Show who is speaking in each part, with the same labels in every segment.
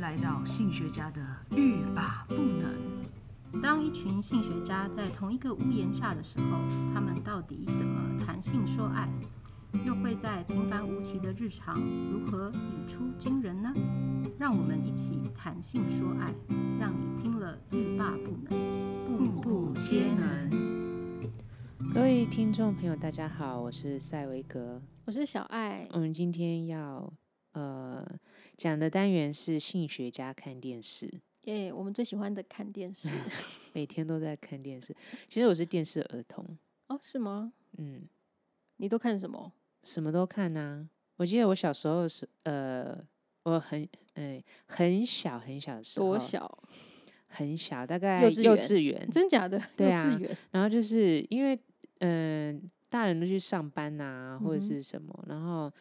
Speaker 1: 来到性学家的欲罢不能。
Speaker 2: 当一群性学家在同一个屋檐下的时候，他们到底怎么谈性说爱？又会在平凡无奇的日常如何语出惊人呢？让我们一起谈性说爱，让你听了欲罢不能，步步皆能。
Speaker 3: 各位听众朋友，大家好，我是赛维格。
Speaker 4: 我是小爱，
Speaker 3: 我们今天要呃讲的单元是性学家看电视，
Speaker 4: 耶、我们最喜欢的看电视
Speaker 3: 每天都在看电视。其实我是电视儿童，
Speaker 4: 哦，是吗？
Speaker 3: 嗯，
Speaker 4: 你都看什么？
Speaker 3: 什么都看啊。我记得我小时候是呃，我很嗯、很小很小的时候，
Speaker 4: 多小？
Speaker 3: 很小，大概
Speaker 4: 幼稚
Speaker 3: 幼
Speaker 4: 园
Speaker 3: 稚园，
Speaker 4: 真假的？
Speaker 3: 对
Speaker 4: 幼
Speaker 3: 啊
Speaker 4: 稚园
Speaker 3: 然后就是因为嗯、大人都去上班呐、或者
Speaker 4: 嗯
Speaker 3: 是什么，然后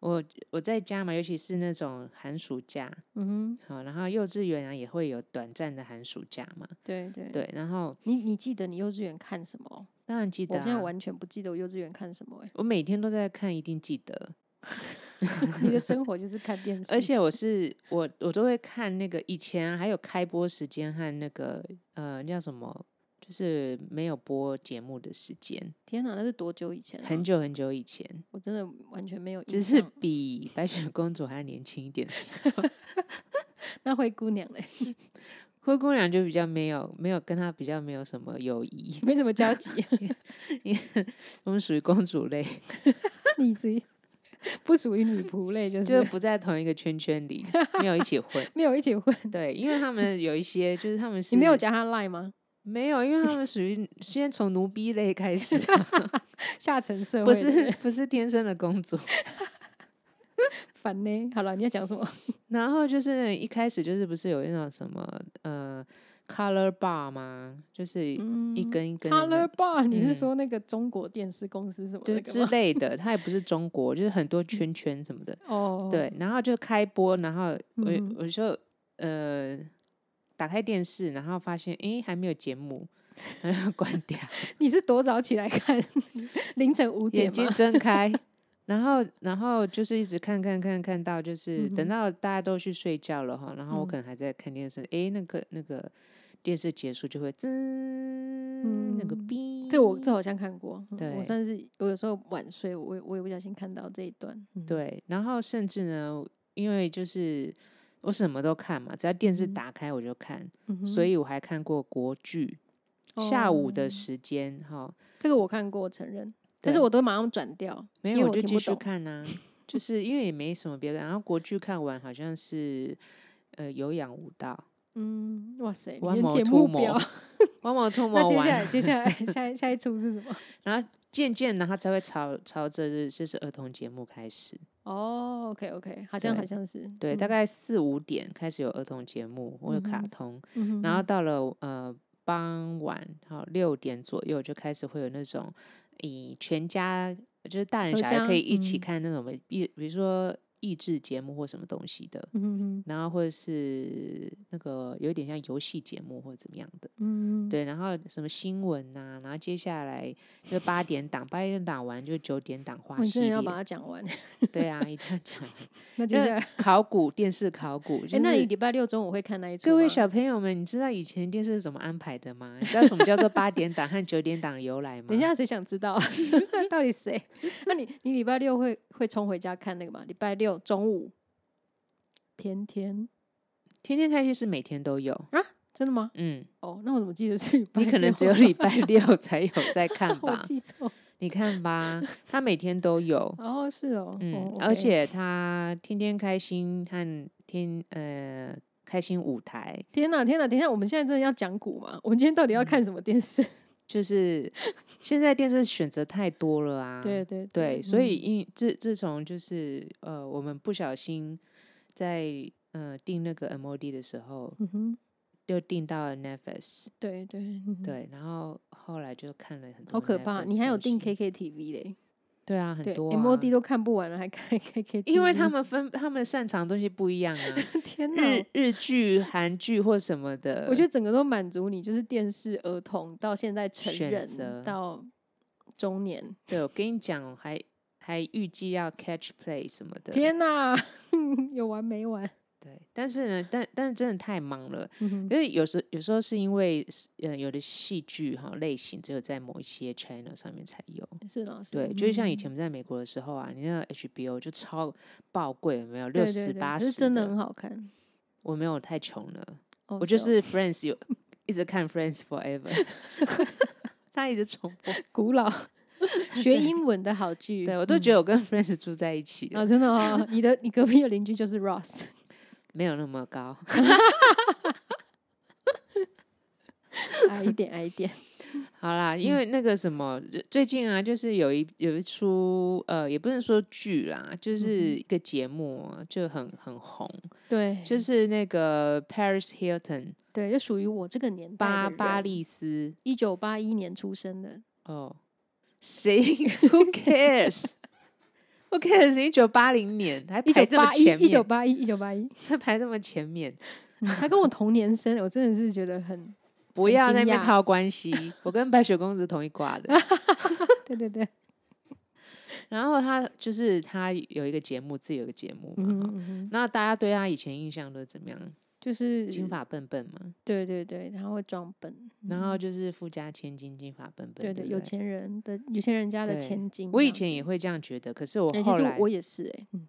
Speaker 3: 我我在家嘛，尤其是那种寒暑假，
Speaker 4: 嗯哼，
Speaker 3: 好，然后幼稚园啊也会有短暂的寒暑假嘛，
Speaker 4: 对对。
Speaker 3: 对，然后
Speaker 4: 你你记得你幼稚园看什么？
Speaker 3: 当然记
Speaker 4: 我
Speaker 3: 得、
Speaker 4: 现在
Speaker 3: 啊，
Speaker 4: 完全不记得我幼稚园看什 么、欸，
Speaker 3: 我每天都在看，一定记得，
Speaker 4: 你的生活就是看电视，
Speaker 3: 而且我是我我都会看那个以前啊、还有开播时间和那个呃叫什么。就是没有播节目的时间，
Speaker 4: 天哪，那是多久以前、啊？
Speaker 3: 很，久很久以前，
Speaker 4: 我真的完全没有印
Speaker 3: 就是
Speaker 4: 象
Speaker 3: 比白雪公主还要年轻一点的时候，
Speaker 4: 那灰姑娘嘞，
Speaker 3: 灰姑娘就比较没有没有跟她比较没有什么友谊，
Speaker 4: 没怎么交集，
Speaker 3: 我们属于公主类，
Speaker 4: 你自己不属于女仆类，就
Speaker 3: 就是是不在同一个圈圈里，没有一起混。
Speaker 4: 没有一起混。
Speaker 3: 对，因为他们有一些就是他们是
Speaker 4: 你没有加他 line 吗？
Speaker 3: 没有，因为他们属于 先从奴婢类开始啊，
Speaker 4: 下层社
Speaker 3: 不
Speaker 4: 会的人
Speaker 3: 是不是天生的公主。
Speaker 4: 烦呢。好了，你要讲什么？
Speaker 3: 然后就是一开始就是不是有那种什么呃 color bar 吗？就是一
Speaker 4: 嗯
Speaker 3: 根一根的那
Speaker 4: Color Bar，你
Speaker 3: 嗯
Speaker 4: 是说那个中国电视公司什么
Speaker 3: 就是
Speaker 4: 那
Speaker 3: 之
Speaker 4: 个吗？
Speaker 3: 类的，它也不是中国，就是很多圈圈什么的。
Speaker 4: 哦，
Speaker 3: 对，，然后就开播，然后我、
Speaker 4: 嗯
Speaker 3: 我就呃打开电视，然后发现诶还没有节目，然后关掉，
Speaker 4: 你 是多早起来看？凌晨五点
Speaker 3: 眼睛
Speaker 4: 吗？
Speaker 3: 睁开，然后然后就是一直看看看看到
Speaker 4: 嗯
Speaker 3: 就是、等到大家都去睡觉了哈，然后我可能还在看电视，诶，那个那个电视结束就会滋、那个
Speaker 4: 嗯
Speaker 3: 哔，
Speaker 4: 这我这好像看过，嗯
Speaker 3: 对
Speaker 4: 我算是我有时候晚睡，我也我也不小心看到这一段。嗯，
Speaker 3: 对，然后甚至呢，因为就是。我什么都看嘛，只要电视
Speaker 4: 嗯
Speaker 3: 打开我就看，
Speaker 4: 嗯哼
Speaker 3: 所以我还看过国剧，下午的
Speaker 4: 哦
Speaker 3: 时间哈，
Speaker 4: 这个我看过，我承认，但是
Speaker 3: 对
Speaker 4: 我都马上转掉，
Speaker 3: 没
Speaker 4: 因
Speaker 3: 有
Speaker 4: 为
Speaker 3: 我
Speaker 4: 我
Speaker 3: 就
Speaker 4: 听
Speaker 3: 继
Speaker 4: 不
Speaker 3: 续
Speaker 4: 懂
Speaker 3: 看呐、就是因为也没什么别的。然后国剧看完好像是呃有氧舞蹈，
Speaker 4: 嗯，哇塞，你
Speaker 3: 弯
Speaker 4: 的
Speaker 3: 毛
Speaker 4: 节
Speaker 3: 吐
Speaker 4: 目
Speaker 3: 毛
Speaker 4: 表。
Speaker 3: 往往吐
Speaker 4: 那
Speaker 3: 魔
Speaker 4: 接下
Speaker 3: 完，
Speaker 4: 来接 下来下一下一出是什么？
Speaker 3: 然后渐渐然后才会朝朝着这就是儿童节目开始。
Speaker 4: 哦，OK OK，好像
Speaker 3: 对
Speaker 4: 好像是
Speaker 3: 对，大
Speaker 4: 嗯
Speaker 3: 概四五点开始有儿童节目或者卡
Speaker 4: 嗯哼
Speaker 3: 通，
Speaker 4: 嗯哼
Speaker 3: 然后到了呃傍晚好六点左右就开始会有那种以全家就是大人
Speaker 4: 合
Speaker 3: 小孩可
Speaker 4: 家
Speaker 3: 以一起
Speaker 4: 嗯
Speaker 3: 看那种益、比如说益智节目或什么东西的，
Speaker 4: 嗯哼哼
Speaker 3: 然后或者是那个有点像游戏节目或者怎么样的，
Speaker 4: 嗯，
Speaker 3: 对，然后什么新闻呐、然后接下来就八点档，八点档完就九点档花
Speaker 4: 我
Speaker 3: 系
Speaker 4: 嗯真的
Speaker 3: 列
Speaker 4: 要，把它讲完。
Speaker 3: 对啊，一定要讲，
Speaker 4: 那 接
Speaker 3: 就
Speaker 4: 下来
Speaker 3: 是考古电视考古，就
Speaker 4: 哎、那你
Speaker 3: 是
Speaker 4: 礼拜六中午会看 那一出
Speaker 3: 各位
Speaker 4: 吗
Speaker 3: 小朋友们，你知道以前电视是怎么安排的吗？你知道什么叫做八点档和九点档的由来 吗？
Speaker 4: 等一下谁想知 道到底谁？那你你礼拜六会会冲回家看那个吗？礼拜六中午，天天
Speaker 3: 天天开心是每天都有，
Speaker 4: 真的吗？
Speaker 3: 嗯，
Speaker 4: 哦，那我怎么记得是礼拜
Speaker 3: 你可能只有
Speaker 4: 六
Speaker 3: 礼拜六才有在看
Speaker 4: 我
Speaker 3: 吧？
Speaker 4: 记错。
Speaker 3: 你看吧，它每天都 有，
Speaker 4: 哦，是哦，
Speaker 3: 嗯
Speaker 4: 哦，
Speaker 3: 而
Speaker 4: OK
Speaker 3: 且他天天开心和天呃开心舞台，
Speaker 4: 天哪，天哪，等一下，我们现在真的要讲股吗？我们今天到底要
Speaker 3: 嗯
Speaker 4: 看什么电视？
Speaker 3: 啊就是现在电视选择太多了 啊。
Speaker 4: 对对
Speaker 3: 对，所以
Speaker 4: 嗯
Speaker 3: 因自自从就是呃，我们不小心在呃订那个 MOD 的时候，
Speaker 4: 嗯哼，
Speaker 3: 就订到了 Netflix，
Speaker 4: 对对、嗯
Speaker 3: 对，然后后来就看了很多。
Speaker 4: 好可怕！你还有订？KKTV 嘞？
Speaker 3: 对啊，很
Speaker 4: 对
Speaker 3: 多、啊。
Speaker 4: ，MOD 都看不完了，还看 KKTV？
Speaker 3: 因为他们分他们擅长的东西不一样啊，
Speaker 4: 天哪，
Speaker 3: 日日剧、韩剧或什么的，
Speaker 4: 我觉得整个都满足你，就是电视儿童到现在成
Speaker 3: 选择
Speaker 4: 人到中年，
Speaker 3: 对，我跟你讲，还还预计要 catch play 什么 的。
Speaker 4: 天哪，有完没完？
Speaker 3: 对，但是呢，但但是真的太忙了，
Speaker 4: 嗯哼
Speaker 3: 因为有时有时候是因为呃有的戏剧哈类型只有在某一些 channel 上面才有，
Speaker 4: 是老师，
Speaker 3: 对，就是像以前我们在美国的时候啊，你那个 HBO 就超爆贵，有没有六十八
Speaker 4: 可
Speaker 3: 十？
Speaker 4: 是真的很好看。
Speaker 3: 我没有太穷了，
Speaker 4: 哦
Speaker 3: 我就
Speaker 4: 哦
Speaker 3: 是 Friends 有一直看 Friends Forever，他一直重播，
Speaker 4: 古 老学英文的好剧，
Speaker 3: 对我都觉得我跟 Friends 住在一起
Speaker 4: 啊，
Speaker 3: 了，
Speaker 4: 真的哦，你的你隔壁的邻居就是 Ross，
Speaker 3: 没有那么高。
Speaker 4: 矮一点，矮一点，
Speaker 3: 好啦，因
Speaker 4: 嗯
Speaker 3: 为那个什么，最最近啊，就是有一有一出呃，也不能说剧啦，
Speaker 4: 嗯
Speaker 3: 就是一个节目、啊，就很很红，
Speaker 4: 对，就
Speaker 3: 就是那个 Paris Hilton
Speaker 4: 对，就属于我这个年代
Speaker 3: 巴
Speaker 4: 的
Speaker 3: 巴
Speaker 4: 人，
Speaker 3: 利斯
Speaker 4: 一九八一年出生的，
Speaker 3: 哦， 谁 Who cares？Who cares？一九八零年还
Speaker 4: 一
Speaker 3: 排
Speaker 4: 九
Speaker 3: 这么
Speaker 4: 八一，
Speaker 3: 前
Speaker 4: 一九
Speaker 3: 面，
Speaker 4: 八一，一九八一，
Speaker 3: 这排这么前 面，
Speaker 4: 他跟我同年生，我真的是觉得很，
Speaker 3: 不
Speaker 4: 很
Speaker 3: 要
Speaker 4: 惊
Speaker 3: 在那边
Speaker 4: 讶
Speaker 3: 套关系。我跟白雪公主同一挂 的。
Speaker 4: 对对对，
Speaker 3: 然后他就是他有一个节目，自己有一个节目嘛。
Speaker 4: 嗯
Speaker 3: 哈
Speaker 4: 哼嗯哼，
Speaker 3: 那大家对他以前印象都是怎么样？
Speaker 4: 就是
Speaker 3: 金发笨笨嘛，
Speaker 4: 对对对，他会装笨，
Speaker 3: 然后就是富家千金，金发笨笨。
Speaker 4: 嗯对
Speaker 3: 对
Speaker 4: 对，
Speaker 3: 不
Speaker 4: 有
Speaker 3: 对。
Speaker 4: 钱人的有钱人家的
Speaker 3: 对
Speaker 4: 千金这样子，
Speaker 3: 我以前也会这样觉得，可是我
Speaker 4: 哎，其
Speaker 3: 后
Speaker 4: 实
Speaker 3: 来
Speaker 4: 我也是哎，嗯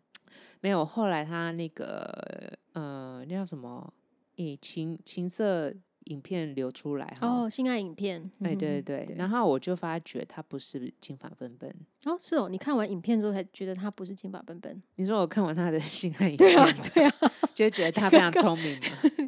Speaker 3: 没有。后来他那个呃，那叫什么？诶，情情色影片流出来哈。
Speaker 4: 哦，性爱影片，
Speaker 3: 哎，
Speaker 4: 嗯
Speaker 3: 对
Speaker 4: 哼
Speaker 3: 对对
Speaker 4: 对，
Speaker 3: 然后我就发觉他不是金发笨笨。
Speaker 4: 哼，哦是哦，你看完影片之后才觉得他不是金发笨笨，
Speaker 3: 你说我看完他的性爱影片吗，
Speaker 4: 对啊，
Speaker 3: 就觉得他非常聪明嘛？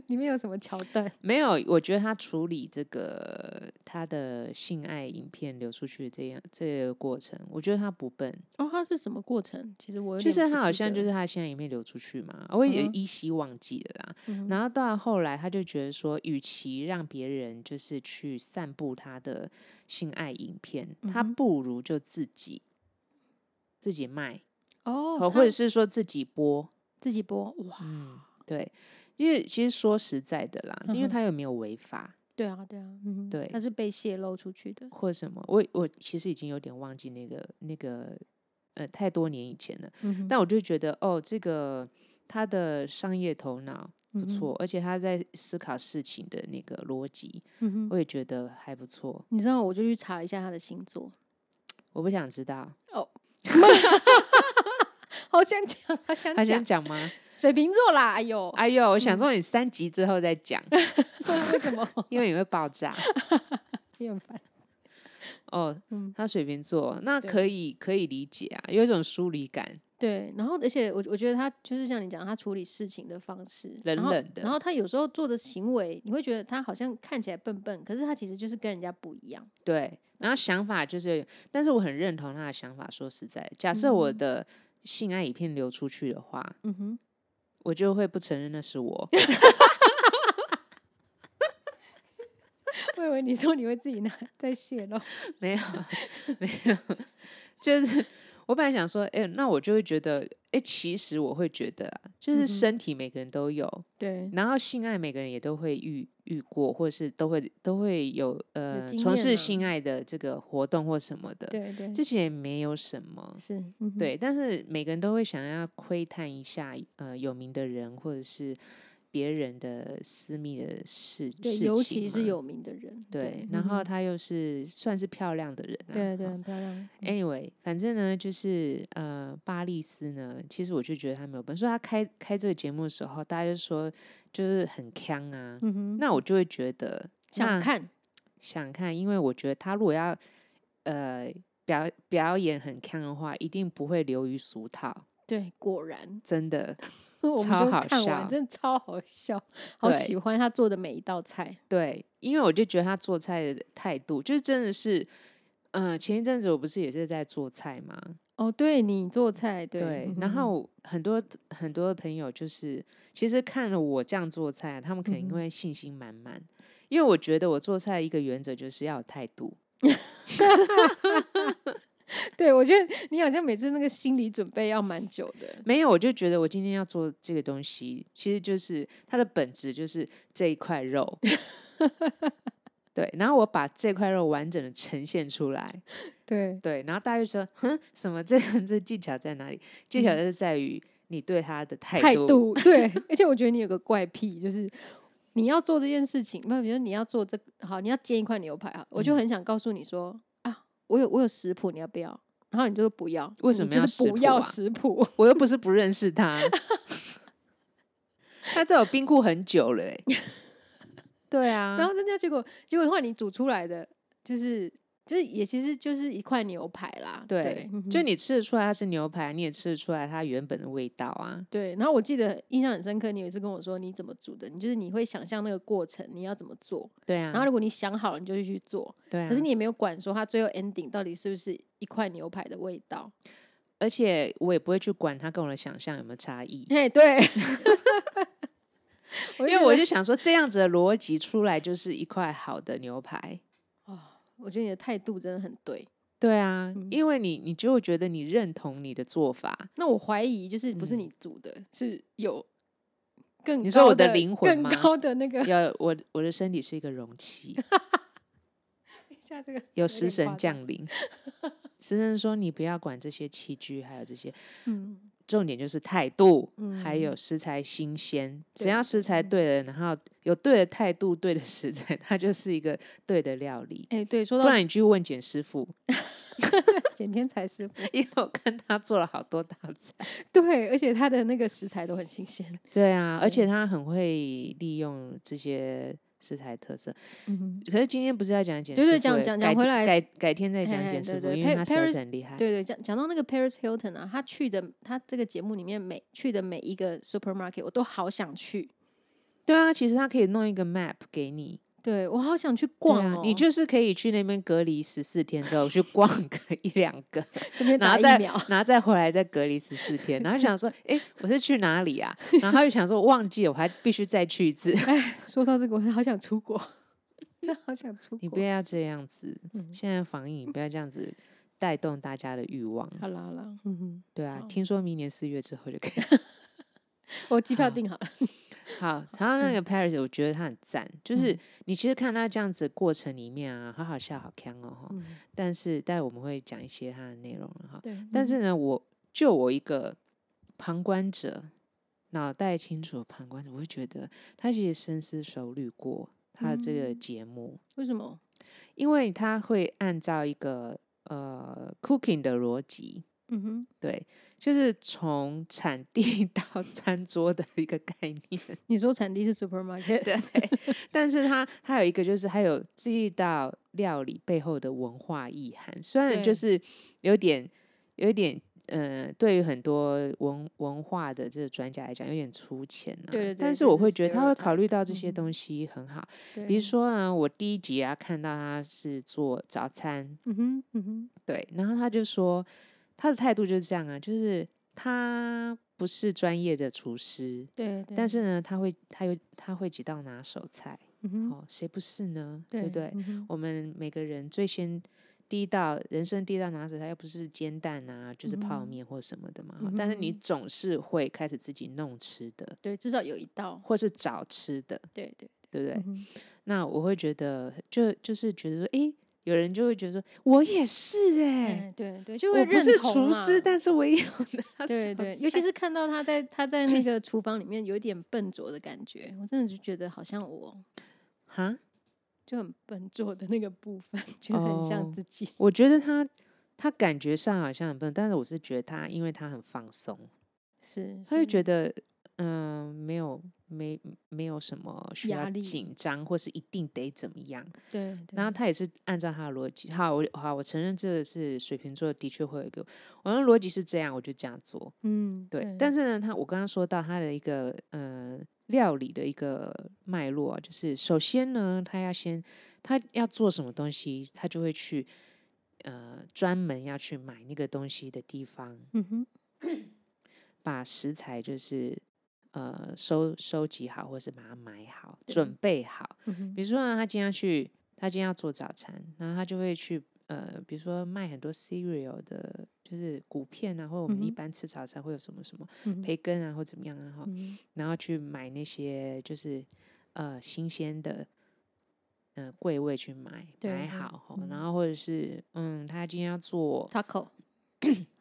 Speaker 4: 里面有什么桥段？
Speaker 3: 没有，我觉得他处理这个他的性爱影片流出去这样这个过程，我觉得他不笨，
Speaker 4: 哦，它是什么过程？其实我有
Speaker 3: 就
Speaker 4: 点
Speaker 3: 是
Speaker 4: 不
Speaker 3: 他好
Speaker 4: 记
Speaker 3: 像
Speaker 4: 得
Speaker 3: 就是他的性爱影片流出去嘛，我也
Speaker 4: 嗯哼
Speaker 3: 依稀忘记了啦。
Speaker 4: 嗯哼
Speaker 3: 然后到后来，他就觉得说，与其让别人就是去散布他的性爱影片，他
Speaker 4: 嗯哼
Speaker 3: 不如就自己自己卖，
Speaker 4: 哦，
Speaker 3: 哦，
Speaker 4: 它
Speaker 3: 或者是说自己播，
Speaker 4: 自己播哇，
Speaker 3: 嗯，对。因为其实说实在的啦，因为
Speaker 4: 啊嗯哼
Speaker 3: 他又没有违法，
Speaker 4: 对啊对哦啊，嗯，
Speaker 3: 对
Speaker 4: 它是被泄露出去的，
Speaker 3: 或什么，我我其实已经有点忘记那个那个呃太多年以前了，
Speaker 4: 嗯哼
Speaker 3: 但我就觉得哦，这个他的商业头脑不
Speaker 4: 嗯哼
Speaker 3: 错，而且他在思考事情的那个逻辑，
Speaker 4: 嗯
Speaker 3: 我
Speaker 4: 哼，
Speaker 3: 也觉得还不错。
Speaker 4: 你知道我就去查了一下他的星座，
Speaker 3: 我不想知道，
Speaker 4: 好想讲，好想
Speaker 3: 还想
Speaker 4: 讲
Speaker 3: 讲吗？
Speaker 4: 水瓶座啦，哎呦，
Speaker 3: 哎呦，我想说你三集之后再讲，
Speaker 4: 为什么
Speaker 3: 因为你会爆炸。
Speaker 4: 你很烦？
Speaker 3: 哦
Speaker 4: 嗯，
Speaker 3: 他水瓶座，那
Speaker 4: 对
Speaker 3: 可以可以理解啊，有一种疏离感，
Speaker 4: 对，然后而且我我觉得他就是像你讲，他处理事情的方式
Speaker 3: 冷
Speaker 4: 然后
Speaker 3: 冷的
Speaker 4: 然后他有时候做的行为，你会觉得他好像看起来笨笨，可是他其实就是跟人家不一样。
Speaker 3: 对，然后想法就是，但是我很认同他的想法。说实在，假设我的性爱影片流出去的话，
Speaker 4: 嗯哼，
Speaker 3: 我就会不承认那是我。
Speaker 4: 我以为你说你会自己拿在泄露，
Speaker 3: 没有，没有，就是我本来想说，哎、那我就会觉得，哎、其实我会觉得啊，就
Speaker 4: 嗯
Speaker 3: 是
Speaker 4: 哼
Speaker 3: 身体每个人都有，
Speaker 4: 对，
Speaker 3: 然后性爱每个人也都会遇遇过，或是都会都会有呃
Speaker 4: 经
Speaker 3: 从
Speaker 4: 验
Speaker 3: 事
Speaker 4: 啊
Speaker 3: 性爱的这个活动或什么的，
Speaker 4: 对对，
Speaker 3: 这些也没有什么。
Speaker 4: 是、嗯哼、
Speaker 3: 对，但是每个人都会想要窥探一下，呃，有名的人或者是别人的私密的事，
Speaker 4: 对，
Speaker 3: 事
Speaker 4: 尤
Speaker 3: 情
Speaker 4: 其是
Speaker 3: 嘛
Speaker 4: 有名的人，
Speaker 3: 对
Speaker 4: 嗯，
Speaker 3: 然后
Speaker 4: 哼
Speaker 3: 她又是算是漂亮的人、啊，
Speaker 4: 对对
Speaker 3: 哈。
Speaker 4: 很漂亮，嗯
Speaker 3: Anyway，反正呢，就是呃，巴利斯呢，其实我就觉得他没有本事。说他开开这个节目的时候，大家就说就是很强啊，
Speaker 4: 嗯哼，
Speaker 3: 那我就会觉得
Speaker 4: 想
Speaker 3: 那
Speaker 4: 看，
Speaker 3: 想看，因为我觉得他如果要呃表表演很强的话，一定不会流于俗套，
Speaker 4: 对，果然
Speaker 3: 真的。
Speaker 4: 我们
Speaker 3: 超
Speaker 4: 就
Speaker 3: 好
Speaker 4: 看
Speaker 3: 笑
Speaker 4: 完，真的超好笑，好
Speaker 3: 对
Speaker 4: 喜欢他做的每一道菜，
Speaker 3: 对，因为我就觉得他做菜的态度，就是真的是，呃，前一阵子我不是也是在做菜嘛，
Speaker 4: 哦，对你做菜，对，
Speaker 3: 对
Speaker 4: 嗯，
Speaker 3: 然
Speaker 4: 哼
Speaker 3: 后很多很多朋友就是，其实看了我这样做菜，他们可能
Speaker 4: 嗯哼
Speaker 3: 会信心满满，因为我觉得我做菜一个原则就是要有态度，
Speaker 4: 对我觉得你好像每次那个心理准备要蛮久的，
Speaker 3: 没有我就觉得我今天要做这个东西，其实就是它的本质就是这一块 肉。对，然后我把这块肉完整的呈现出来，
Speaker 4: 对，
Speaker 3: 对，然后大家就说，哼，什么这样这技巧在哪里？技巧就是在于你对他的态
Speaker 4: 嗯态度， 对，而且我觉得你有个怪癖，就是你要做这件事情，不，比如你要做这好，你要煎一块牛排啊，我就很想告诉你说啊，我有我有食谱，你要不要？然后你就是不要，
Speaker 3: 为什
Speaker 4: 你
Speaker 3: 么
Speaker 4: 就
Speaker 3: 要
Speaker 4: 是
Speaker 3: 食
Speaker 4: 不
Speaker 3: 谱
Speaker 4: 要
Speaker 3: 啊
Speaker 4: 食谱？
Speaker 3: 我又不是不认 识他，他在我冰库很久 了、欸。对啊，
Speaker 4: 然后人家结果结果的话，你煮出来的就是就是也其实就是一块牛排啦，对，
Speaker 3: 对
Speaker 4: 嗯，
Speaker 3: 就
Speaker 4: 哼
Speaker 3: 你吃得出来它是牛排，你也吃得出来它原本的味道啊。
Speaker 4: 对。然后我记得印象很深刻，你有一次跟我说你怎么煮的，你就是你会想象那个过程，你要怎么做，
Speaker 3: 对啊，
Speaker 4: 然后如果你想好了，你就去做。
Speaker 3: 对啊，
Speaker 4: 可是你也没有管说它最后 ending 到底是不是一块牛排的味道。
Speaker 3: 而且我也不会去管它跟我的想象有没有差异，
Speaker 4: 嘿，对， 因
Speaker 3: 因为我就想说这样子的逻辑出来就是一块好的牛
Speaker 4: 嗯
Speaker 3: 排。
Speaker 4: 我觉得你的态度真的很对。
Speaker 3: 对啊，
Speaker 4: 嗯
Speaker 3: 因为你你就会觉得你认同你的做法，
Speaker 4: 那我怀疑就是不是你煮的，是有更
Speaker 3: 嗯你说我
Speaker 4: 高
Speaker 3: 的
Speaker 4: 的
Speaker 3: 灵魂
Speaker 4: 更
Speaker 3: 吗
Speaker 4: 高的那 个
Speaker 3: 要我的我的身体是一个容器，
Speaker 4: 下这个
Speaker 3: 有
Speaker 4: 点
Speaker 3: 食
Speaker 4: 夸
Speaker 3: 神
Speaker 4: 张
Speaker 3: 降临。食神说你不要管这些器具，还有这些，
Speaker 4: 嗯
Speaker 3: 重点就是态度，还
Speaker 4: 嗯
Speaker 3: 有食材新鲜。只
Speaker 4: 对嗯
Speaker 3: 要食材对了，然后有对的态度、对的食材，它就是一个对的料理。
Speaker 4: 哎、对，说
Speaker 3: 不
Speaker 4: 到
Speaker 3: 然你去问简师傅，
Speaker 4: 简天才师傅，
Speaker 3: 因为我看他做了好多道菜。
Speaker 4: 对，而且他的那个食材都很新鲜。
Speaker 3: 对啊，
Speaker 4: 嗯
Speaker 3: 而且他很会利用这些食材特色。
Speaker 4: 嗯哼，
Speaker 3: 可是今天不是要讲简
Speaker 4: 对
Speaker 3: 师傅
Speaker 4: 对
Speaker 3: 欸，
Speaker 4: 讲讲讲
Speaker 3: 改
Speaker 4: 回
Speaker 3: 天
Speaker 4: 来
Speaker 3: 改改天再讲
Speaker 4: 嘿嘿
Speaker 3: 简师
Speaker 4: 对
Speaker 3: 傅，
Speaker 4: 对
Speaker 3: 因为
Speaker 4: Pa-
Speaker 3: 他实在
Speaker 4: Paris-
Speaker 3: 是很厉害。
Speaker 4: 对对，讲讲到那个 Paris Hilton 啊，他去的他这个节目里面每去的每一个 supermarket，我都好想去。
Speaker 3: 对啊，其实他可以弄一个 map 给你。
Speaker 4: 对我好想去
Speaker 3: 对
Speaker 4: 逛哦、
Speaker 3: 啊，你就是可以去那边隔离十四天之后去 逛个一两个，
Speaker 4: 顺便
Speaker 3: 然
Speaker 4: 打
Speaker 3: 后
Speaker 4: 疫
Speaker 3: 再
Speaker 4: 苗，
Speaker 3: 然后再回来再隔离十四天，然后想说，哎、我是去哪里啊？然后他就想说忘记了，我还必须再去 一次。
Speaker 4: 说到这个，我好想出国，真的好想出
Speaker 3: 你
Speaker 4: 国
Speaker 3: 不。要这样子，
Speaker 4: 嗯
Speaker 3: 现在防疫，你不要这样子带动大家的欲望。
Speaker 4: 好啦好啦，嗯
Speaker 3: 对啊
Speaker 4: 好，
Speaker 3: 听说明年四月之后就可以。
Speaker 4: 哼，我机票订好了。
Speaker 3: 好，然后
Speaker 4: 嗯
Speaker 3: 那个 Paris，我觉得他很赞，就是你其实看他这样子的过程里面啊，好好笑，好看哦哈。
Speaker 4: 嗯
Speaker 3: 但是待会我们会讲一些他的内容了哈。
Speaker 4: 对，嗯
Speaker 3: 但是呢，我就我一个旁观者，脑袋清楚的旁观者，我会觉得他其实深思熟虑过他的这个
Speaker 4: 嗯
Speaker 3: 节目，
Speaker 4: 为什么？
Speaker 3: 因为他会按照一个呃 cooking 的逻辑，
Speaker 4: 嗯哼，
Speaker 3: 对，就是从产地 到餐桌的一个概念，
Speaker 4: 你说产地是 supermarket，
Speaker 3: 对。 但是他还有一个就是还有这道料理背后的文化意涵，虽然
Speaker 4: 对
Speaker 3: 就是有点有一点。呃，对于很多文文化的这个专家来讲，有点粗浅啊。
Speaker 4: 对对对
Speaker 3: 但是
Speaker 4: 就
Speaker 3: 我
Speaker 4: 是
Speaker 3: 会觉得他会
Speaker 4: stereotype
Speaker 3: 考虑到这
Speaker 4: 嗯
Speaker 3: 些
Speaker 4: 哼
Speaker 3: 东西很好。
Speaker 4: 对
Speaker 3: 比如，说呢，我第一集啊看到他是做早餐，
Speaker 4: 嗯哼，嗯哼，
Speaker 3: 对，然后他就说他的态度就是这样啊，就是他不是专业的厨师，
Speaker 4: 对，对
Speaker 3: 但，是呢，他会他有他会几道拿手菜，
Speaker 4: 嗯哼，
Speaker 3: 哦，谁不是呢？对不对？
Speaker 4: 嗯哼
Speaker 3: 我们每个人最先第一道人生第一道拿手菜，又不是煎蛋啊，就是泡
Speaker 4: 嗯
Speaker 3: 面或什么的嘛。
Speaker 4: 嗯
Speaker 3: 但是你
Speaker 4: 哼
Speaker 3: 总是会开始自己弄吃的，
Speaker 4: 对，至少有一道，
Speaker 3: 或是找吃的，
Speaker 4: 对对
Speaker 3: 对不对？
Speaker 4: 嗯哼
Speaker 3: 那我会觉得，就就是觉得说，诶，有人就会觉得说，我也是哎、
Speaker 4: 哎，对对，就会
Speaker 3: 我不
Speaker 4: 认
Speaker 3: 是
Speaker 4: 同啊
Speaker 3: 厨
Speaker 4: 嘛
Speaker 3: 师，但是我也有拿
Speaker 4: 对
Speaker 3: 手
Speaker 4: 对，尤其
Speaker 3: 菜
Speaker 4: 是看到他在他在那个厨房里面有一点笨拙的感觉，我真的就觉得好像我
Speaker 3: 哈，
Speaker 4: 就很笨拙的那个部分， 觉得很像
Speaker 3: 哦
Speaker 4: 自己。
Speaker 3: 我觉得他他感觉上好像很笨，但是我是觉得他，因为他很放松，
Speaker 4: 是，
Speaker 3: 他就是觉得，嗯、没有没没有什么需
Speaker 4: 压
Speaker 3: 要
Speaker 4: 力
Speaker 3: 紧张，或是一定得怎么样。
Speaker 4: 对，对
Speaker 3: 然后他也是按照他的逻辑，好，我好，我承认这是水瓶座的确会有一个，我的逻辑是这样，我就这样做。
Speaker 4: 嗯，
Speaker 3: 对，但是呢，他我刚刚说到他的一个呃料理的一个脉络啊，就是首先呢，他要先他要做什么东西，他就会去呃专门要去买那个东西的地方，
Speaker 4: 嗯哼，
Speaker 3: 把食材就是呃收收集好，或是把它买好，
Speaker 4: 对
Speaker 3: 准备好。
Speaker 4: 嗯哼，
Speaker 3: 比如说呢，他今天要去，他今天要做早餐，然后他就会去呃，比如说卖很多 cereal 的，就是谷片啊，或者我们
Speaker 4: 嗯
Speaker 3: 一
Speaker 4: 哼
Speaker 3: 般吃早餐会有什么什么
Speaker 4: 嗯哼
Speaker 3: 培根啊，或怎么样啊，哈，
Speaker 4: 嗯
Speaker 3: 然后去买那些就是呃新鲜的。呃，柜位去买
Speaker 4: 对
Speaker 3: 买
Speaker 4: 对
Speaker 3: 好吼，然后或者是嗯，他今天要做
Speaker 4: ，taco，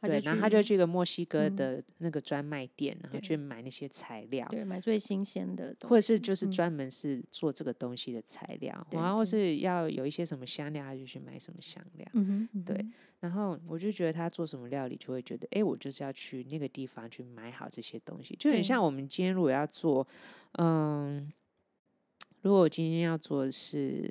Speaker 4: 他
Speaker 3: 对，然后他
Speaker 4: 去
Speaker 3: 就去一个墨西哥
Speaker 4: 嗯
Speaker 3: 的那个专卖店，然后
Speaker 4: 对
Speaker 3: 去买那些材料，
Speaker 4: 对买最新鲜的东西，
Speaker 3: 或者是就是
Speaker 4: 嗯
Speaker 3: 专门是做这个东西的材料，
Speaker 4: 对
Speaker 3: 然后
Speaker 4: 对
Speaker 3: 是要有一些什么香料，他就去买什么香料。
Speaker 4: 嗯哼，
Speaker 3: 对
Speaker 4: 嗯哼，
Speaker 3: 然后我就觉得他做什么料理，就会觉得，哎，我就是要去那个地方去买好这些东西，就
Speaker 4: 对
Speaker 3: 很像我们今天如果要做，嗯，如果我今天要做的是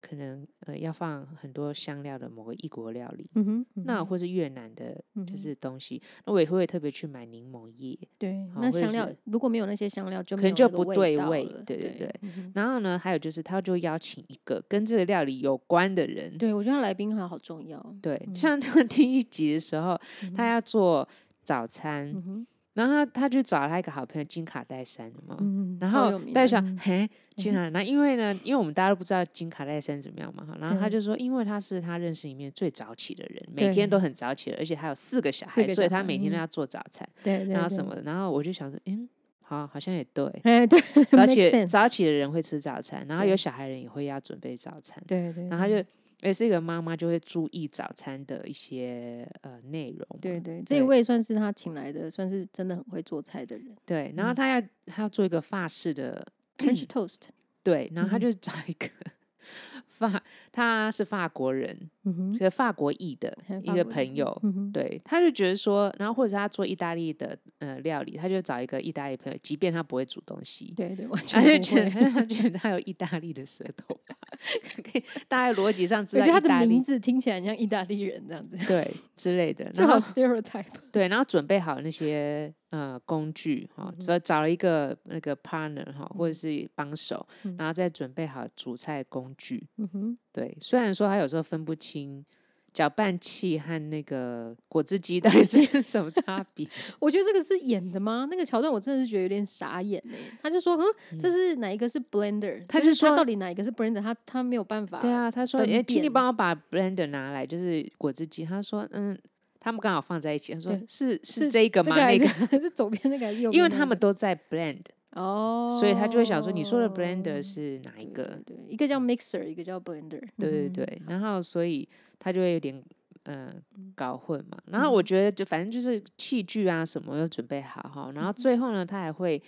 Speaker 3: 可能呃要放很多香料的某个异国料理，
Speaker 4: 嗯哼，嗯
Speaker 3: 那
Speaker 4: 哼
Speaker 3: 或是越南的，
Speaker 4: 嗯
Speaker 3: 就
Speaker 4: 哼
Speaker 3: 是东西，那我也会特别去买柠檬叶，
Speaker 4: 对，
Speaker 3: 好
Speaker 4: 那
Speaker 3: 或者
Speaker 4: 香料
Speaker 3: 是
Speaker 4: 如果没有那些香料，就
Speaker 3: 可
Speaker 4: 没
Speaker 3: 能
Speaker 4: 有
Speaker 3: 就
Speaker 4: 那个
Speaker 3: 不对
Speaker 4: 道
Speaker 3: 味
Speaker 4: 了
Speaker 3: 对对
Speaker 4: 对
Speaker 3: 对
Speaker 4: 嗯哼
Speaker 3: 然后呢，还有就是他就邀请一个跟这个料理有关的人，
Speaker 4: 对我觉得来宾还好重要，
Speaker 3: 对，
Speaker 4: 嗯
Speaker 3: 像那个第一集的时候，
Speaker 4: 嗯
Speaker 3: 他
Speaker 4: 哼
Speaker 3: 要做早餐，
Speaker 4: 嗯哼，
Speaker 3: 然后他他就找了他一个好朋友金卡戴珊嘛。
Speaker 4: 嗯，
Speaker 3: 然
Speaker 4: 超
Speaker 3: 后
Speaker 4: 有名
Speaker 3: 戴
Speaker 4: 的
Speaker 3: 珊
Speaker 4: 嗯
Speaker 3: 嘿，金卡，那因为呢，因为我们大家都不知道金卡戴珊怎么样嘛，哈然后他
Speaker 4: 对
Speaker 3: 就说，因为他是他认识里面最早起的人，每天都很早起的，而且他有四个小
Speaker 4: 四
Speaker 3: 孩，
Speaker 4: 个
Speaker 3: 所以
Speaker 4: 小
Speaker 3: 他
Speaker 4: 孩
Speaker 3: 每天都
Speaker 4: 嗯
Speaker 3: 要做早餐，
Speaker 4: 对，对
Speaker 3: 然后什？
Speaker 4: 对
Speaker 3: 么的。然后我就想说，嗯，好，好像也对，
Speaker 4: 哎，对，
Speaker 3: 早
Speaker 4: make
Speaker 3: 起早
Speaker 4: sense
Speaker 3: 起的人会吃早餐，然后
Speaker 4: 对
Speaker 3: 有小孩人也会要准备早餐，
Speaker 4: 对对，
Speaker 3: 然后他
Speaker 4: 对
Speaker 3: 就也是一个妈妈，就会注意早餐的一些呃内容嘛。
Speaker 4: 对对，这一
Speaker 3: 对
Speaker 4: 位算是他请来的，算是真的很会做菜的人。
Speaker 3: 对，
Speaker 4: 嗯
Speaker 3: 然后他要他要做一个法 式的，
Speaker 4: French toast，
Speaker 3: 对，然后他
Speaker 4: 嗯哼
Speaker 3: 就找一个 法，他是法国人，
Speaker 4: 嗯哼
Speaker 3: 一，个法国裔的
Speaker 4: 还有
Speaker 3: 一
Speaker 4: 法
Speaker 3: 个
Speaker 4: 国
Speaker 3: 朋
Speaker 4: 的
Speaker 3: 友。
Speaker 4: 嗯哼，
Speaker 3: 对，他就觉得说，然后或者是他做意大利的呃料理，他就找一个意大利朋友，即便他不会煮东西，
Speaker 4: 对对，完
Speaker 3: 他就
Speaker 4: 全不
Speaker 3: 觉
Speaker 4: 会。
Speaker 3: 得他觉得他有意大利的舌头吧， 可以大概逻辑上知
Speaker 4: 而
Speaker 3: 道
Speaker 4: 且他
Speaker 3: 意
Speaker 4: 的
Speaker 3: 大利
Speaker 4: 名字听起来很像意大利人这样子，
Speaker 3: 对之类的，
Speaker 4: 就
Speaker 3: 然后
Speaker 4: 好 stereotype。
Speaker 3: 对，然后准备好那些呃工具
Speaker 4: 嗯
Speaker 3: 哈，找、找了一个那个 partner 哈、或者是帮手，
Speaker 4: 嗯
Speaker 3: 然后再准备好煮菜工具。
Speaker 4: 嗯哼，
Speaker 3: 对，虽然说他有时候分不清搅拌器和那个果汁机到底是 什么差别，
Speaker 4: 我觉得这个是演的吗？那个桥段我真的是觉得有点傻眼哎、他就说，嗯，这是哪一个是 blender？
Speaker 3: 他
Speaker 4: 就是
Speaker 3: 说
Speaker 4: 到底哪一个是 blender？他他没有办法。
Speaker 3: 对啊，他说：“
Speaker 4: 分
Speaker 3: 哎，请你
Speaker 4: 辨
Speaker 3: 帮我把 blender 拿来，就是果汁机。”他说：“嗯，他们刚好放在一起。”他说
Speaker 4: 对：“
Speaker 3: 是
Speaker 4: 是
Speaker 3: 是这一个
Speaker 4: 这
Speaker 3: 吗？
Speaker 4: 个还
Speaker 3: 那
Speaker 4: 是
Speaker 3: 个？
Speaker 4: 是左边那个还是右边那个？
Speaker 3: 因为他们都在 blend，
Speaker 4: 哦，
Speaker 3: 所以他就会想说，你说的 blender
Speaker 4: 对
Speaker 3: 是哪一
Speaker 4: 对
Speaker 3: 个？
Speaker 4: 对，一个叫 mixer，一个叫 blender。
Speaker 3: 对对
Speaker 4: 嗯
Speaker 3: 对，然后所以他就会有点呃
Speaker 4: 嗯
Speaker 3: 搞混嘛。然后我觉得就反正就是器具啊什么都准备好哈，
Speaker 4: 嗯
Speaker 3: 然后最后呢，他还会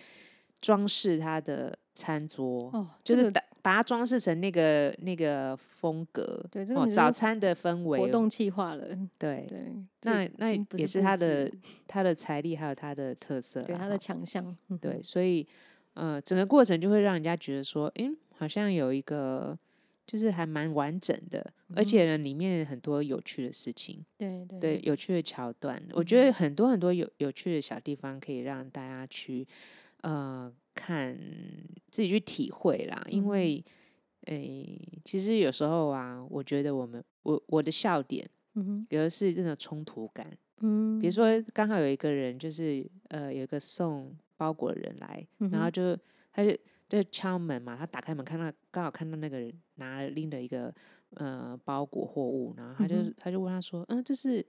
Speaker 3: 装饰他的餐桌，
Speaker 4: 哦，
Speaker 3: 就
Speaker 4: 这
Speaker 3: 是
Speaker 4: 个
Speaker 3: 把把它装饰成那个那个风格，
Speaker 4: 对这个
Speaker 3: 哦
Speaker 4: 你
Speaker 3: 早
Speaker 4: 就是
Speaker 3: 餐的氛围
Speaker 4: 活，动气化了。
Speaker 3: 哦对，
Speaker 4: 对，这
Speaker 3: 那
Speaker 4: 已
Speaker 3: 那
Speaker 4: 经不
Speaker 3: 也
Speaker 4: 是
Speaker 3: 是
Speaker 4: 布
Speaker 3: 他
Speaker 4: 置
Speaker 3: 的
Speaker 4: 了
Speaker 3: 他的财力还有他的特色啦哈，
Speaker 4: 对他的强项。嗯
Speaker 3: 对，所以呃，整个过程就会让人家觉得说，嗯，好像有一个就是还蛮完整的，而且呢，里面很多有趣的事情，
Speaker 4: 对嗯对嗯
Speaker 3: 对，有趣的桥段，我觉得很多很多有有趣的小地方可以让大家去呃看自己去体会啦，
Speaker 4: 嗯
Speaker 3: 因为。诶、其实有时候啊，我觉得我们我我的笑点，
Speaker 4: 嗯哼
Speaker 3: 有的是那种冲突感，
Speaker 4: 嗯，
Speaker 3: 比如说，刚好有一个人就是呃，有一个送包裹的人来，然后
Speaker 4: 嗯
Speaker 3: 就他就就敲门嘛，他打开门看到刚好看到那个人拿了拎了一个呃包裹货物，然后他就、
Speaker 4: 嗯哼
Speaker 3: 他就问他说，嗯，这是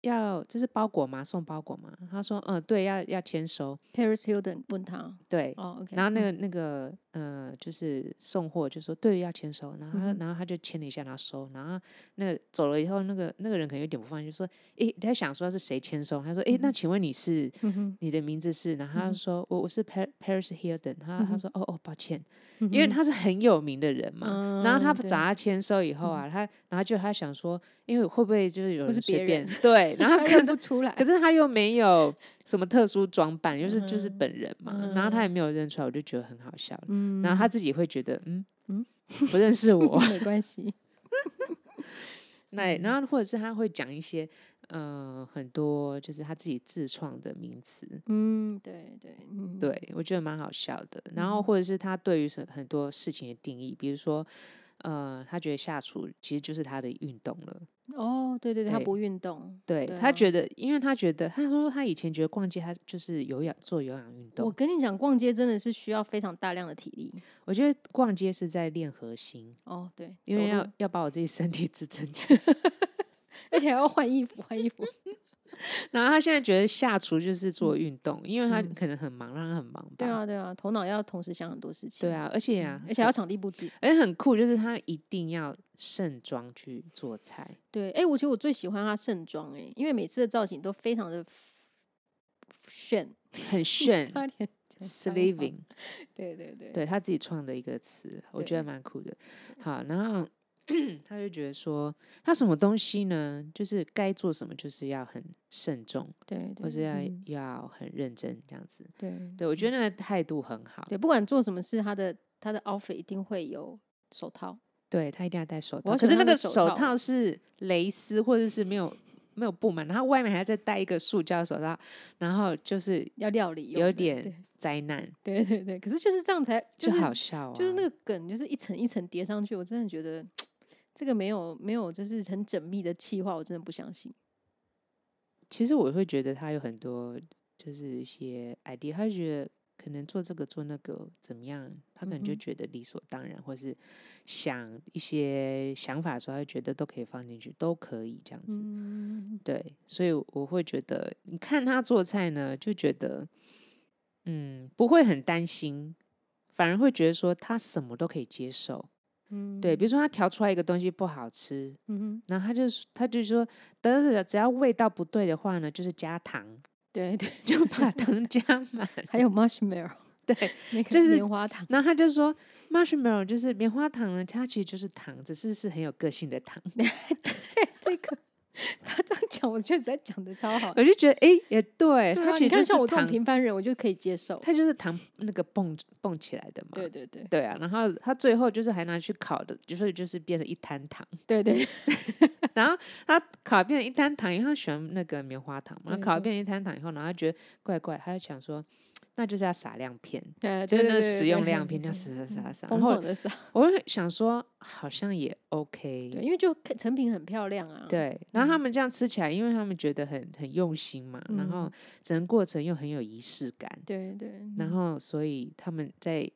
Speaker 3: 要这是包裹吗？送包裹吗？他说，嗯，对，要要签收，
Speaker 4: Paris Hilton 问他，
Speaker 3: 对。
Speaker 4: 哦，OK，
Speaker 3: 然后那
Speaker 4: 嗯
Speaker 3: 个那个呃，就是送货就说对，要签收，然后他
Speaker 4: 嗯哼
Speaker 3: 然后他就签了一下，然后收，然后那个走了以后，那个那个人可能有点不放心，就说诶，他想说是谁签收，他说诶，那请问你是
Speaker 4: 嗯哼
Speaker 3: 你的名字是？然后他就说我我是 Par- Paris Hilton，他
Speaker 4: 嗯
Speaker 3: 他
Speaker 4: 哼
Speaker 3: 说哦哦抱歉，
Speaker 4: 嗯
Speaker 3: 因为
Speaker 4: 哼
Speaker 3: 他是很有名的人嘛，然后他
Speaker 4: 嗯对嗯
Speaker 3: 找他签收以后啊，他然后就他想说，因为会不会就是有
Speaker 4: 或是
Speaker 3: 人随
Speaker 4: 别人
Speaker 3: 便 对，然 后
Speaker 4: 他
Speaker 3: 可
Speaker 4: 认
Speaker 3: 能
Speaker 4: 不出来
Speaker 3: 可，是他又没有什么特殊装扮，就是就是
Speaker 4: 嗯
Speaker 3: 本人嘛，然后他也没有认出来，我就觉得很好笑。
Speaker 4: 嗯
Speaker 3: 然后他自己会觉得，嗯
Speaker 4: 嗯
Speaker 3: 嗯，不认 识我。
Speaker 4: 没关系，
Speaker 3: 那然后或者是他会讲一些，呃，很多就是他自己自创的名词，
Speaker 4: 嗯，对对，嗯，
Speaker 3: 对我觉得蛮好笑的。然后或者是他对于很很多事情的定义，比如说，呃，他觉得下厨其实就是他的运动了。
Speaker 4: 哦，对对对，他
Speaker 3: 对
Speaker 4: 不运动，
Speaker 3: 对
Speaker 4: 对啊
Speaker 3: 他觉得，因为他觉得，他说他以前觉得逛街他就是有氧做有氧运动，
Speaker 4: 我
Speaker 3: 我
Speaker 4: 跟你讲，逛街真的是需要非常大量的体力，
Speaker 3: 我觉得逛街是在练核心，
Speaker 4: 哦，对，
Speaker 3: 因
Speaker 4: 走
Speaker 3: 为
Speaker 4: 路
Speaker 3: 要要把我自己身体支撑起来。
Speaker 4: 而且还要换衣服，换衣服，
Speaker 3: 然后他现在觉得下厨就是做运动，因为他可能很忙，让他很忙吧。
Speaker 4: 对啊，对啊，头脑要同时想很多事情。
Speaker 3: 对，啊，而且啊，
Speaker 4: 而且要场地布置。
Speaker 3: 而且很酷，就是他一定要盛装去做菜。
Speaker 4: 对，哎、我觉得我最喜欢他盛装，哎，因为每次的造型都非常的炫，
Speaker 3: 很炫
Speaker 4: 差点 讲脏话
Speaker 3: ，sleeving，
Speaker 4: 对对对，
Speaker 3: 对他自己创的一个词，我觉
Speaker 4: 对
Speaker 3: 得蛮酷的。好，然后 他就觉得说，他什么东西呢？就是该做什么，就是要很慎重，
Speaker 4: 对对
Speaker 3: 或是要、
Speaker 4: 嗯
Speaker 3: 要很认真这样子。
Speaker 4: 对
Speaker 3: 对我觉得那个态度很好，
Speaker 4: 对，不管做什么事，他的他的 offer 一定会有手套。
Speaker 3: 对他一定要戴手
Speaker 4: 我
Speaker 3: 套，
Speaker 4: 好
Speaker 3: 可
Speaker 4: 喜欢
Speaker 3: 是那
Speaker 4: 他的
Speaker 3: 个
Speaker 4: 手
Speaker 3: 手
Speaker 4: 套
Speaker 3: 套是蕾丝或者是没有没有布满，然后外面还再戴一个塑胶手套，然后就是
Speaker 4: 要料理用
Speaker 3: 有
Speaker 4: 的
Speaker 3: 点灾难，
Speaker 4: 对对对对，可是就是这样才
Speaker 3: 就是好笑啊，
Speaker 4: 就是那个梗，就是一层一层叠上去，我真的觉得这个没有没有就是很缜密的企划，我真的不相信。
Speaker 3: 其实我会觉得他有很多就是一些 idea，他就觉得可能做这个做那个怎么样，他可能就
Speaker 4: 嗯哼
Speaker 3: 觉得理所当然，或是想一些想法的时候，他就觉得都可以放进去，都可以这样子。
Speaker 4: 嗯，
Speaker 3: 对，所以我会觉得，你看他做菜呢，就觉得，嗯，不会很担心，反而会觉得说他什么都可以接受。对，比如说他调出来一个东西不好吃，
Speaker 4: 嗯 哼，
Speaker 3: 然后他就他就说，但是只要味道不对的话呢，就是加糖，
Speaker 4: 对对，
Speaker 3: 就把糖加满。
Speaker 4: 还有 marshmallow，
Speaker 3: 对，
Speaker 4: 那个
Speaker 3: 就是
Speaker 4: 棉花 糖，
Speaker 3: 然后他就说，marshmallow 就是棉花糖呢，它其实就是糖，只是是很有个性的糖。
Speaker 4: 这个 他这样讲，我觉得实在讲的超好。
Speaker 3: 我就觉得，哎、也对，
Speaker 4: 对
Speaker 3: 它
Speaker 4: 啊，
Speaker 3: 其
Speaker 4: 你
Speaker 3: 实
Speaker 4: 看
Speaker 3: 就是
Speaker 4: 像我这种
Speaker 3: 糖，
Speaker 4: 平凡人，我就可以接受。
Speaker 3: 它就是糖那个蹦蹦起来的嘛。
Speaker 4: 对对对
Speaker 3: 对啊，然后他最后就是还拿去烤的，就是就是变成一滩糖，
Speaker 4: 对对，
Speaker 3: 然后他烤变成一滩糖以后，他喜欢那个棉花糖嘛，
Speaker 4: 对
Speaker 3: 烤
Speaker 4: 对
Speaker 3: 变成一滩糖以后，然后他觉得怪怪，他就想说，那就是要撒亮片，
Speaker 4: 呃，
Speaker 3: 就
Speaker 4: 对对
Speaker 3: 是
Speaker 4: 对
Speaker 3: 那个使用量
Speaker 4: 对嗯
Speaker 3: 片，要撒撒撒撒，
Speaker 4: 疯
Speaker 3: 然后嗯
Speaker 4: 狂的撒，
Speaker 3: 我就想说，好像也
Speaker 4: 对，
Speaker 3: OK。
Speaker 4: 因为就看成品很漂亮啊。
Speaker 3: 对，然后他们这样吃起来，因为他们觉得很很用心嘛，然后
Speaker 4: 嗯
Speaker 3: 整个过程又很有仪式感，
Speaker 4: 对嗯对，
Speaker 3: 然后所以他们在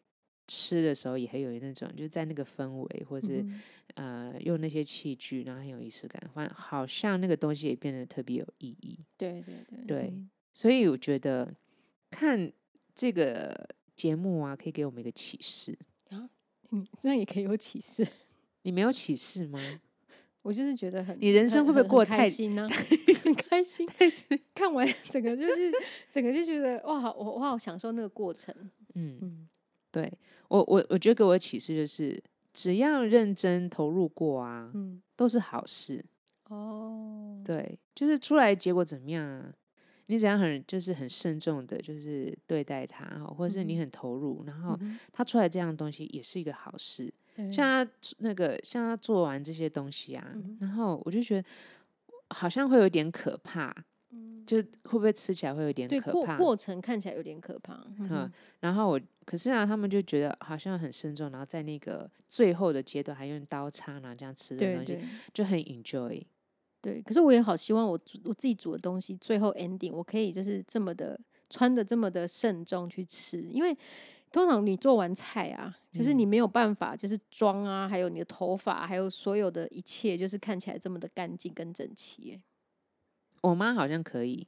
Speaker 3: 吃的时候也很有那种，就在那个氛围或是
Speaker 4: 嗯哼
Speaker 3: 呃，用那些器具，然后很有仪式感，反正好像那个东西也变得特别有意义。
Speaker 4: 对对对
Speaker 3: 对
Speaker 4: 嗯
Speaker 3: 所以我觉得看这个节目啊，可以给我们一个启示。
Speaker 4: 嗯， 这样也可以有启示。
Speaker 3: 你没有启 示吗？
Speaker 4: 我就是觉得很，
Speaker 3: 你人生
Speaker 4: 很
Speaker 3: 会不会
Speaker 4: 很
Speaker 3: 过得
Speaker 4: 很开
Speaker 3: 太
Speaker 4: 心呢、 很开心，看完整个就是整个就觉得哇，好我我好享受那个过程。
Speaker 3: 嗯，
Speaker 4: 嗯，
Speaker 3: 对我我我觉得给我的启示就是，只要认真投入过啊，
Speaker 4: 嗯，
Speaker 3: 都是好事。
Speaker 4: 哦，
Speaker 3: 对，就是出来的结果怎么样啊？你怎样很就是很慎重的，就是对待它，或是
Speaker 4: 嗯
Speaker 3: 你
Speaker 4: 哼
Speaker 3: 很投入，然后
Speaker 4: 嗯
Speaker 3: 它出来这样的东西也是一个好事。
Speaker 4: 哼，对
Speaker 3: 哦像他做那个像他做完这些东西啊，
Speaker 4: 嗯
Speaker 3: 然后我就觉得好像会有点可怕，
Speaker 4: 嗯
Speaker 3: 就是会不会吃起来会有点
Speaker 4: 对
Speaker 3: 可
Speaker 4: 过
Speaker 3: 怕？
Speaker 4: 过程看起来有点可怕。嗯
Speaker 3: 嗯
Speaker 4: 哼，
Speaker 3: 然后我可是啊，他们就觉得好像很慎重，然后在那个最后的阶段还用刀叉，然后这样吃的
Speaker 4: 对
Speaker 3: 东西
Speaker 4: 对
Speaker 3: 就很 enjoy。
Speaker 4: 对，可是我也好希望我煮我自己煮的东西最后 ending 我可以就是这么的穿的这么的慎重去吃，因为通常你做完菜啊，就是
Speaker 3: 嗯
Speaker 4: 你没有办法就是妆啊，还有你的头发，还有所有的一切，就是看起来这么的干净跟整齐耶、
Speaker 3: 我妈好像可以，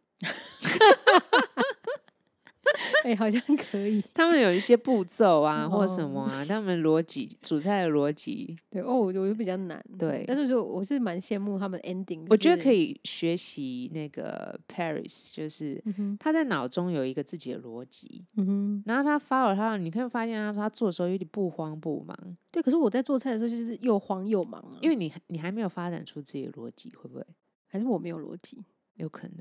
Speaker 4: 哎、好像可以。
Speaker 3: 他们有一些步 骤啊，或什
Speaker 4: 哦
Speaker 3: 么啊，他们逻辑煮菜的 逻辑，
Speaker 4: 对哦，我就比较难。
Speaker 3: 对
Speaker 4: 但是就我是蛮羡慕他们 ending、
Speaker 3: 我觉得可
Speaker 4: 以。
Speaker 3: 以学习那个 Paris，就是
Speaker 4: 嗯哼，
Speaker 3: 他在脑中有一个自己的逻辑，
Speaker 4: 嗯哼，
Speaker 3: 然后他 follow 他，你会发现他说他做的时候有点不慌不忙，
Speaker 4: 对。可是我在做菜的时候就是又慌又忙啊，
Speaker 3: 因
Speaker 4: 为
Speaker 3: 为你你还没有发展出自己的逻辑，会不会
Speaker 4: 还是我没有逻辑，
Speaker 3: 有 可能？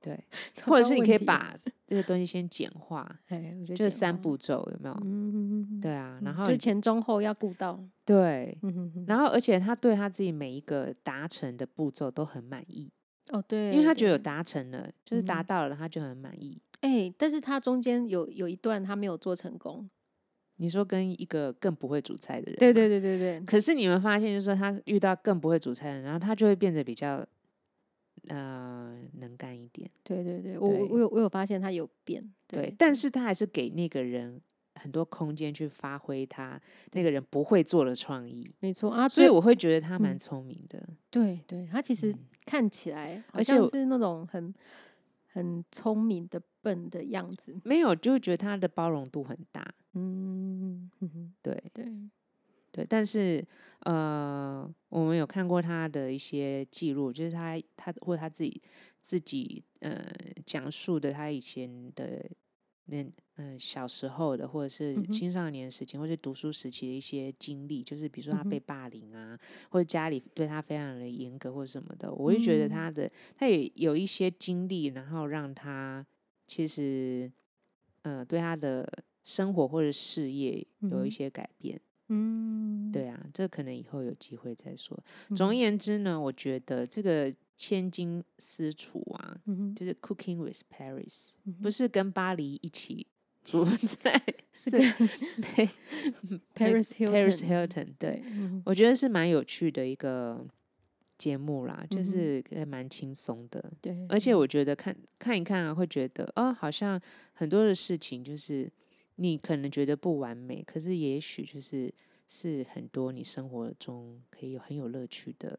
Speaker 3: 对，
Speaker 4: 找
Speaker 3: 或者
Speaker 4: 到
Speaker 3: 是你
Speaker 4: 问
Speaker 3: 可以
Speaker 4: 题了，
Speaker 3: 把 这个东西先简化，
Speaker 4: 哎，我觉得
Speaker 3: 就
Speaker 4: 简
Speaker 3: 是三
Speaker 4: 化
Speaker 3: 步骤有没有？
Speaker 4: 嗯，
Speaker 3: 对啊，
Speaker 4: 嗯
Speaker 3: 然后
Speaker 4: 就
Speaker 3: 你
Speaker 4: 前中后要顾到，
Speaker 3: 对，
Speaker 4: 嗯哼哼，
Speaker 3: 然后而且他对他自己每一个达成的步骤都很满意，
Speaker 4: 哦对，
Speaker 3: 因为他觉得有
Speaker 4: 对，
Speaker 3: 达成了，就是达
Speaker 4: 嗯
Speaker 3: 到了，他就很满意。
Speaker 4: 哎、但是他中间有有一段他没有做成功，
Speaker 3: 你说跟一个更不会煮菜的人，
Speaker 4: 对对对对对，
Speaker 3: 可是你们发现，就是说他遇到更不会煮菜的人，然后他就会变得比较呃能干一点，
Speaker 4: 对对对，我我我有我有发现他有变，
Speaker 3: 对。
Speaker 4: 对，
Speaker 3: 但是他还是给那个人很多空间去发挥他那个人不会做的创意，
Speaker 4: 没错啊，
Speaker 3: 所以
Speaker 4: 最
Speaker 3: 我会觉得他
Speaker 4: 嗯
Speaker 3: 蛮聪明的。
Speaker 4: 对对，他其实看起来好
Speaker 3: 而且
Speaker 4: 像
Speaker 3: 我
Speaker 4: 是那种很很聪明的笨的样子。
Speaker 3: 没有，就会觉得他的包容度很大，
Speaker 4: 嗯，哼哼
Speaker 3: 对
Speaker 4: 对，
Speaker 3: 对。但是呃，我们有看过他的一些记录，就是他他或他自己自己呃讲述的他以前的那嗯、呃小时候的，或者是
Speaker 4: 嗯哼
Speaker 3: 青少年时期，或是读书时期的一些经历，就是比如说
Speaker 4: 嗯
Speaker 3: 他
Speaker 4: 哼
Speaker 3: 被霸凌啊，或者家里对他非常的严格或什么的，我就觉得
Speaker 4: 嗯
Speaker 3: 他的、他也有一些经历，然后让他其实呃对他的生活或者事业有
Speaker 4: 嗯
Speaker 3: 一
Speaker 4: 哼
Speaker 3: 些改变。
Speaker 4: 嗯，
Speaker 3: 对啊，这可能以后有机会再说。
Speaker 4: 嗯
Speaker 3: 总而
Speaker 4: 哼，
Speaker 3: 言之呢，我觉得这个千金私厨啊，
Speaker 4: 嗯哼，
Speaker 3: 就是 Cooking with Paris，
Speaker 4: 嗯
Speaker 3: 不
Speaker 4: 哼
Speaker 3: 是跟巴黎一起煮菜，
Speaker 4: 是
Speaker 3: 是
Speaker 4: 跟
Speaker 3: 对
Speaker 4: Paris Hilton。
Speaker 3: Paris Hilton 对。
Speaker 4: 嗯哼
Speaker 3: 我觉得是蛮有趣的一个节目啦，就
Speaker 4: 嗯哼
Speaker 3: 是也蛮轻松的，
Speaker 4: 对，
Speaker 3: 而且我觉得看看一看啊，会觉得哦，好像很多的事情就是你可能觉得不完美，可是也许就是是很多你生活中可以有很有乐趣的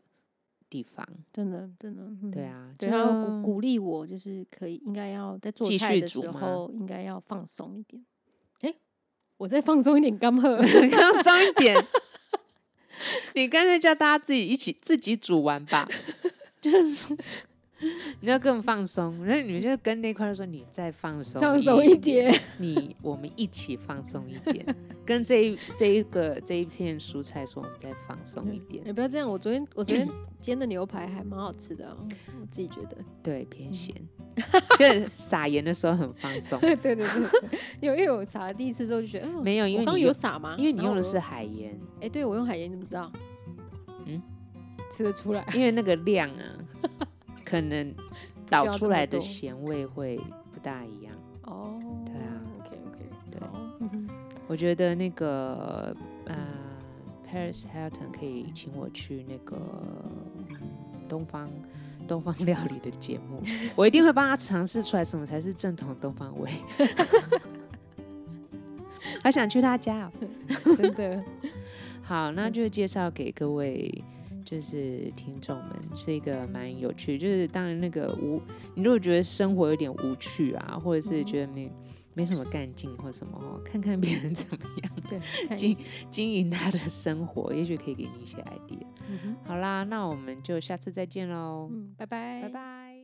Speaker 3: 地方，
Speaker 4: 真的真的，
Speaker 3: 对
Speaker 4: 嗯。
Speaker 3: 啊，
Speaker 4: 对，
Speaker 3: 就
Speaker 4: 他会鼓鼓励我，就是可以应该要在做
Speaker 3: 继
Speaker 4: 菜
Speaker 3: 续
Speaker 4: 的
Speaker 3: 煮
Speaker 4: 时
Speaker 3: 吗
Speaker 4: 候，应该要放松一点。哎、我再放松一点， 刚喝。
Speaker 3: 刚松一点。 你干脆叫大家自己一起自己煮完吧， 就是说你要更放松。然后你们就跟那块儿说，你再放松，
Speaker 4: 放松一点，
Speaker 3: 你我们一起放松一点。跟这一这一个这一片蔬菜说，我们再放松一点
Speaker 4: 也、，不要这样。我昨天我昨天煎的牛排还蛮好吃的、哦，我自己觉 得。
Speaker 3: 对，偏咸，
Speaker 4: 嗯
Speaker 3: 就是撒盐的时候很放松，
Speaker 4: 对对对对，因为因为我撒了第一次之后就觉得，嗯、
Speaker 3: 没有，因
Speaker 4: 我
Speaker 3: 为
Speaker 4: 刚刚
Speaker 3: 你
Speaker 4: 有
Speaker 3: 用
Speaker 4: 撒吗？
Speaker 3: 因为你
Speaker 4: 然后
Speaker 3: 用的
Speaker 4: 我
Speaker 3: 是海盐，
Speaker 4: 哎、对我用海盐，你怎么知道？
Speaker 3: 嗯，
Speaker 4: 吃得出来。
Speaker 3: 因为那个量啊，可能
Speaker 4: 需
Speaker 3: 导
Speaker 4: 要这
Speaker 3: 出
Speaker 4: 么
Speaker 3: 来的
Speaker 4: 多
Speaker 3: 咸味会不大一样。
Speaker 4: 哦， 嗯
Speaker 3: 对啊
Speaker 4: ，OK OK，
Speaker 3: 对
Speaker 4: 对，
Speaker 3: 我觉得那个呃，Paris Hilton 可以请我去那个嗯东方东方料理的节目，我一定会帮他尝试出来什么才是正统东方味。 好想去他家、哦。
Speaker 4: 真的，
Speaker 3: 好，
Speaker 4: 嗯
Speaker 3: 那就介绍给各位，就是听众们，是一个蛮有趣。就是当然那个无，你如果觉得生活有点无趣啊，或者是
Speaker 4: 嗯
Speaker 3: 觉得没没什么干劲或什么哦，看看别人 怎么样。
Speaker 4: 对，看一
Speaker 3: 经
Speaker 4: 下
Speaker 3: 经营他的生活，也许可以给你一些 idea。
Speaker 4: 嗯哼
Speaker 3: 好啦，那我们就下次再见喽，
Speaker 4: 嗯，拜拜，
Speaker 3: 拜拜。